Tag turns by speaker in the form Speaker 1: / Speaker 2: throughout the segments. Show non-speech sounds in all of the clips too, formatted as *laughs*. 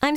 Speaker 1: I'm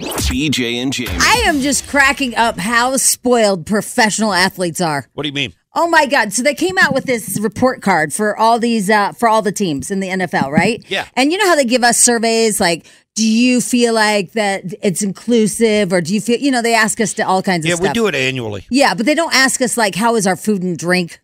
Speaker 2: BJ and Jamie.
Speaker 3: I am just cracking up how spoiled professional athletes are.
Speaker 4: What do you mean?
Speaker 3: Oh my God! So they came out with this report card for all these uh, for all the teams in the NFL, right?
Speaker 4: *laughs* Yeah.
Speaker 3: And you know how they give us surveys like, do you feel like that it's inclusive, or do you feel, you know, they ask us to all kinds of
Speaker 4: Yeah,
Speaker 3: stuff.
Speaker 4: we do it annually.
Speaker 3: Yeah, but they don't ask us like, how is our food and drink?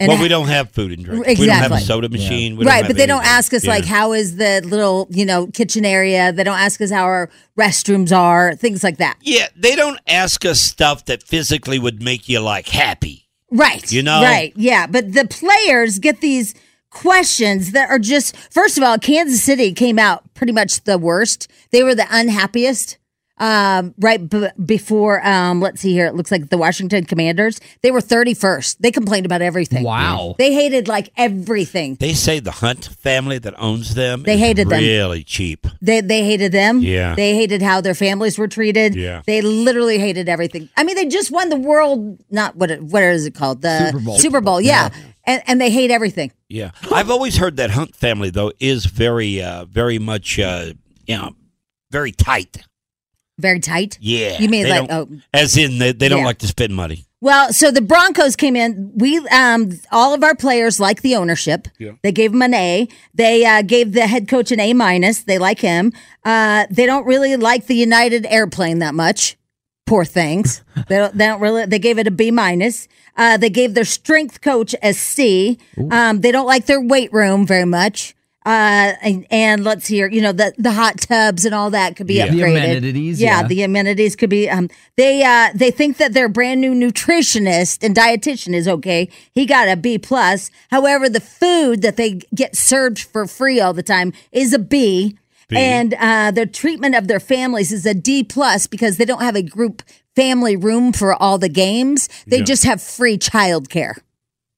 Speaker 3: And
Speaker 4: well, we don't have food and drink. We don't have a
Speaker 3: Exactly.
Speaker 4: soda machine. We don't
Speaker 3: right,
Speaker 4: have
Speaker 3: but they don't
Speaker 4: anything.
Speaker 3: ask us
Speaker 4: Yeah.
Speaker 3: like how is the little you know kitchen area. They don't ask us how our restrooms are, things like that.
Speaker 4: Yeah, they don't ask us stuff that physically would make you like happy.
Speaker 3: Right.
Speaker 4: You know?
Speaker 3: Right. Yeah. But the players get these questions that are just, first of all, Kansas City came out pretty much the worst. They were the unhappiest. Um, right b- before, um, let's see here. It looks like the Washington Commanders. They were 31st. They complained about everything.
Speaker 5: Wow.
Speaker 3: They hated like everything.
Speaker 4: They say the Hunt family that owns them.
Speaker 3: They
Speaker 4: is
Speaker 3: hated them.
Speaker 4: Really cheap.
Speaker 3: They they hated them.
Speaker 4: Yeah.
Speaker 3: They hated how their families were treated.
Speaker 4: Yeah.
Speaker 3: They literally hated everything. I mean, they just won the world. Not what? it- What is it called? The
Speaker 5: Super Bowl.
Speaker 3: yeah. And and they hate everything.
Speaker 4: Yeah, I've always heard that Hunt family though is very, uh, very much, uh, you know, very tight.
Speaker 3: Very tight.
Speaker 4: Yeah,
Speaker 3: You mean
Speaker 4: They
Speaker 3: like oh
Speaker 4: don't- as in they, they don't
Speaker 3: Yeah.
Speaker 4: like to spend money.
Speaker 3: Well, so the Broncos came in. We um all of our players like the ownership. They gave him an A. They uh, gave the head coach an A minus. They like him. Uh, they don't really like the United airplane that much. Poor things. they don't. They don't really. They gave it a B minus. Uh, they gave their strength coach a C. Um, they don't like their weight room very much. Uh, and, and let's hear. You know the the hot tubs and all that could be
Speaker 4: Yeah.
Speaker 3: upgraded.
Speaker 4: The
Speaker 5: amenities, yeah.
Speaker 3: the amenities could be um they uh they think that their brand new nutritionist and dietitian is okay he got a b plus however the food that they get served for free all the time is a b, and uh their treatment of their families is a d plus because they don't have a group family room for all the games they just have free childcare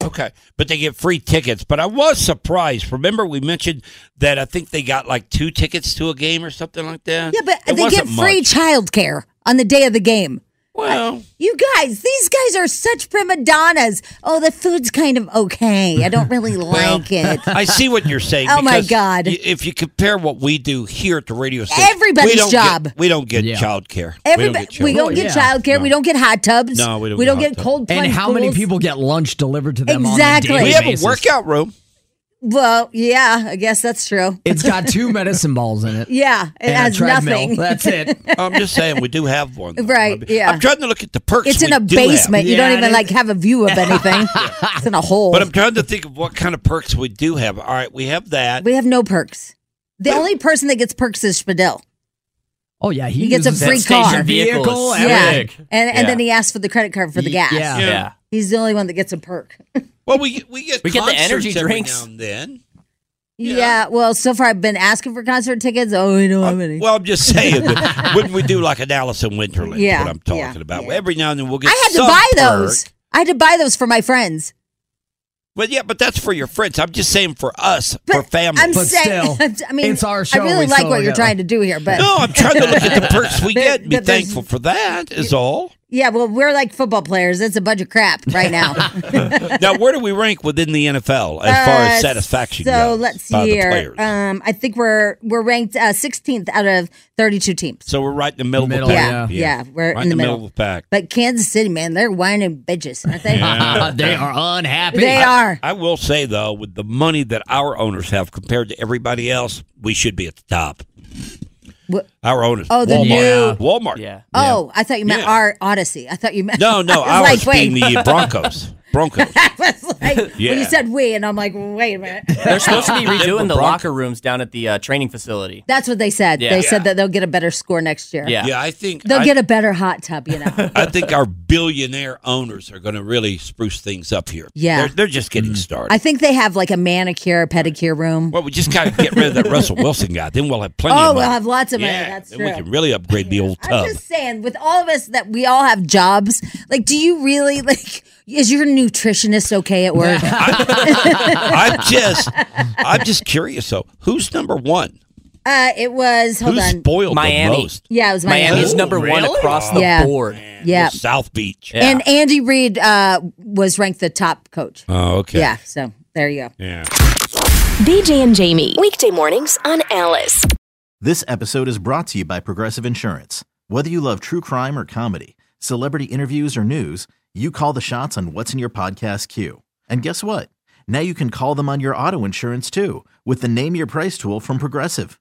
Speaker 4: Okay, but they get free tickets. But I was surprised. Remember, we mentioned that I think they got like two tickets to a game or something like that.
Speaker 3: yeah but
Speaker 4: It
Speaker 3: they get
Speaker 4: wasn't
Speaker 3: free
Speaker 4: much.
Speaker 3: childcare on the day of the game
Speaker 4: well,
Speaker 3: You guys, these guys are such prima donnas. Oh, the food's kind of okay. I don't
Speaker 4: *laughs*
Speaker 3: really like it.
Speaker 4: I see what you're
Speaker 3: *laughs*
Speaker 4: saying.
Speaker 3: Oh, my
Speaker 4: because
Speaker 3: God.
Speaker 4: y- If you compare what we do here at the radio station,
Speaker 3: Everybody's
Speaker 4: we don't
Speaker 3: job.
Speaker 4: Get, we don't get
Speaker 5: Yeah.
Speaker 4: childcare.
Speaker 3: Everybody, we
Speaker 4: childcare.
Speaker 3: don't get, Oh,
Speaker 5: Yeah.
Speaker 3: childcare. We don't get hot tubs.
Speaker 4: No, we don't get
Speaker 3: don't
Speaker 4: hot
Speaker 3: get
Speaker 4: tubs.
Speaker 3: cold. plunge
Speaker 5: And how many
Speaker 3: pools.
Speaker 5: people get lunch delivered to them? on a
Speaker 3: Exactly.
Speaker 5: daily
Speaker 4: We have
Speaker 5: basis?
Speaker 4: a
Speaker 3: *laughs*
Speaker 4: workout room.
Speaker 3: Well, yeah, I guess that's true.
Speaker 5: It's got
Speaker 4: *laughs*
Speaker 5: two medicine balls in it.
Speaker 3: Yeah, it
Speaker 5: and a
Speaker 3: has
Speaker 5: treadmill.
Speaker 3: nothing.
Speaker 5: That's
Speaker 3: *laughs*
Speaker 5: it.
Speaker 4: I'm just saying we do have one. though.
Speaker 3: Right,
Speaker 4: I mean,
Speaker 3: yeah.
Speaker 4: I'm trying to look at the perks.
Speaker 3: It's in
Speaker 4: we
Speaker 3: a
Speaker 4: do have.
Speaker 3: basement. you
Speaker 5: Yeah,
Speaker 3: don't
Speaker 5: it
Speaker 3: even
Speaker 5: is.
Speaker 3: like have a view of anything. it's in a hole.
Speaker 4: But I'm trying to think of what kind of perks we do have. All right, we have that.
Speaker 3: we have no perks. The only person that gets perks is Spadil.
Speaker 5: Oh yeah, he,
Speaker 3: He gets a
Speaker 5: uses
Speaker 3: free
Speaker 5: that
Speaker 3: car.
Speaker 5: station vehicle.
Speaker 6: Oh,
Speaker 7: Yeah.
Speaker 3: and
Speaker 5: everything.
Speaker 3: and
Speaker 7: Yeah.
Speaker 3: then he asks for the credit card for the gas.
Speaker 5: Yeah.
Speaker 4: Yeah.
Speaker 3: He's the only one that gets a perk.
Speaker 4: Well, we we get
Speaker 7: We get the
Speaker 4: concerts
Speaker 7: energy
Speaker 4: every
Speaker 7: drinks.
Speaker 4: now and then.
Speaker 3: Yeah. well, so far I've been asking for concert tickets. Oh, we don't have any.
Speaker 4: Uh, Well, I'm just
Speaker 3: *laughs*
Speaker 4: saying. that wouldn't we do like an Alice in Winterland? is
Speaker 3: Yeah,
Speaker 4: what I'm talking
Speaker 3: yeah,
Speaker 4: about.
Speaker 3: yeah.
Speaker 4: Every now and then we'll
Speaker 3: I
Speaker 4: get.
Speaker 3: had to
Speaker 4: some
Speaker 3: buy
Speaker 4: perk.
Speaker 3: those. I had to buy those for my friends.
Speaker 4: Well, yeah, but that's for your friends. I'm just saying for us, for family.
Speaker 3: I'm
Speaker 5: But
Speaker 3: saying,
Speaker 5: still,
Speaker 3: *laughs* I mean,
Speaker 5: it's our show,
Speaker 3: I really
Speaker 5: we
Speaker 3: like
Speaker 5: still
Speaker 3: what you're
Speaker 5: gotta-
Speaker 3: trying to do here, but
Speaker 4: no, I'm trying to look at
Speaker 3: *laughs*
Speaker 4: the perks we
Speaker 3: But-
Speaker 4: get and be
Speaker 3: but there's-
Speaker 4: thankful for that is all.
Speaker 3: yeah, well, we're like football players. It's a bunch of crap right now.
Speaker 4: Now, where do we rank within the NFL as far
Speaker 3: Uh,
Speaker 4: as satisfaction
Speaker 3: So
Speaker 4: goes?
Speaker 3: let's see
Speaker 4: by the
Speaker 3: here.
Speaker 4: players?
Speaker 3: Um, I think we're we're ranked uh, 16th out of 32 teams.
Speaker 4: so we're right in the middle,
Speaker 5: Middle,
Speaker 4: of the pack.
Speaker 3: yeah, yeah,
Speaker 5: yeah.
Speaker 3: we're
Speaker 4: right
Speaker 3: in the middle.
Speaker 4: of the pack.
Speaker 3: But Kansas City, man, they're whining bitches, aren't they?
Speaker 5: Uh, they are unhappy.
Speaker 3: *laughs* They are.
Speaker 4: I will say though, with the money that our owners have compared to everybody else, we should be at the top.
Speaker 3: What-
Speaker 4: Our own is
Speaker 3: Oh, the
Speaker 4: Walmart.
Speaker 3: new-
Speaker 4: Walmart.
Speaker 7: Yeah.
Speaker 3: Oh, I thought you meant
Speaker 4: Yeah.
Speaker 3: our Odyssey. I thought you meant *laughs*
Speaker 4: No, no,
Speaker 3: I
Speaker 4: ours
Speaker 3: was like,
Speaker 4: being
Speaker 3: wait.
Speaker 4: the
Speaker 3: *laughs*
Speaker 4: Broncos. Broncos.
Speaker 3: I was like, when you
Speaker 4: Yeah.
Speaker 3: said we, and I'm like, wait a minute.
Speaker 7: They're supposed to be redoing
Speaker 4: Bronco-
Speaker 7: the locker rooms down at the uh, training facility.
Speaker 3: That's what they said.
Speaker 7: Yeah.
Speaker 3: They said that they'll get a better score next year.
Speaker 7: Yeah.
Speaker 4: Yeah, I think
Speaker 3: They'll
Speaker 4: I,
Speaker 3: get a better hot tub, you
Speaker 4: *laughs*
Speaker 3: know.
Speaker 4: I think our billionaire owners are going to really spruce things up here.
Speaker 3: Yeah. Mm-hmm.
Speaker 4: They're, they're just getting started.
Speaker 3: I think they have like a manicure, pedicure room.
Speaker 4: well, we just got to get rid of that
Speaker 3: *laughs*
Speaker 4: Russell Wilson guy. Then we'll have plenty
Speaker 3: Oh,
Speaker 4: of money.
Speaker 3: we'll have lots of money.
Speaker 4: Yeah,
Speaker 3: That's
Speaker 4: then
Speaker 3: true.
Speaker 4: we can really upgrade the old
Speaker 3: *laughs*
Speaker 4: tub.
Speaker 3: I'm just saying, with all of us that we all have jobs, like, do you really *laughs* like? Is your nutritionist okay at work?
Speaker 4: I'm just, I'm just curious though. Who's number one?
Speaker 3: uh, it was. Hold
Speaker 4: Who's
Speaker 3: on.
Speaker 4: spoiled
Speaker 7: Miami.
Speaker 4: the most?
Speaker 3: yeah, it was Miami.
Speaker 7: Miami's
Speaker 4: Oh,
Speaker 7: number one
Speaker 4: really?
Speaker 7: across the
Speaker 3: Yeah.
Speaker 7: board.
Speaker 3: Yeah.
Speaker 4: South Beach.
Speaker 7: Yeah.
Speaker 3: And Andy Reid uh, was ranked the top coach.
Speaker 4: Oh, okay.
Speaker 3: Yeah. So there you go.
Speaker 4: Yeah.
Speaker 8: BJ and Jamie. Weekday mornings on Alice.
Speaker 6: This episode is brought to you by Progressive Insurance. Whether you love true crime or comedy, celebrity interviews or news, you call the shots on what's in your podcast queue. And guess what? Now you can call them on your auto insurance too with the Name Your Price tool from Progressive.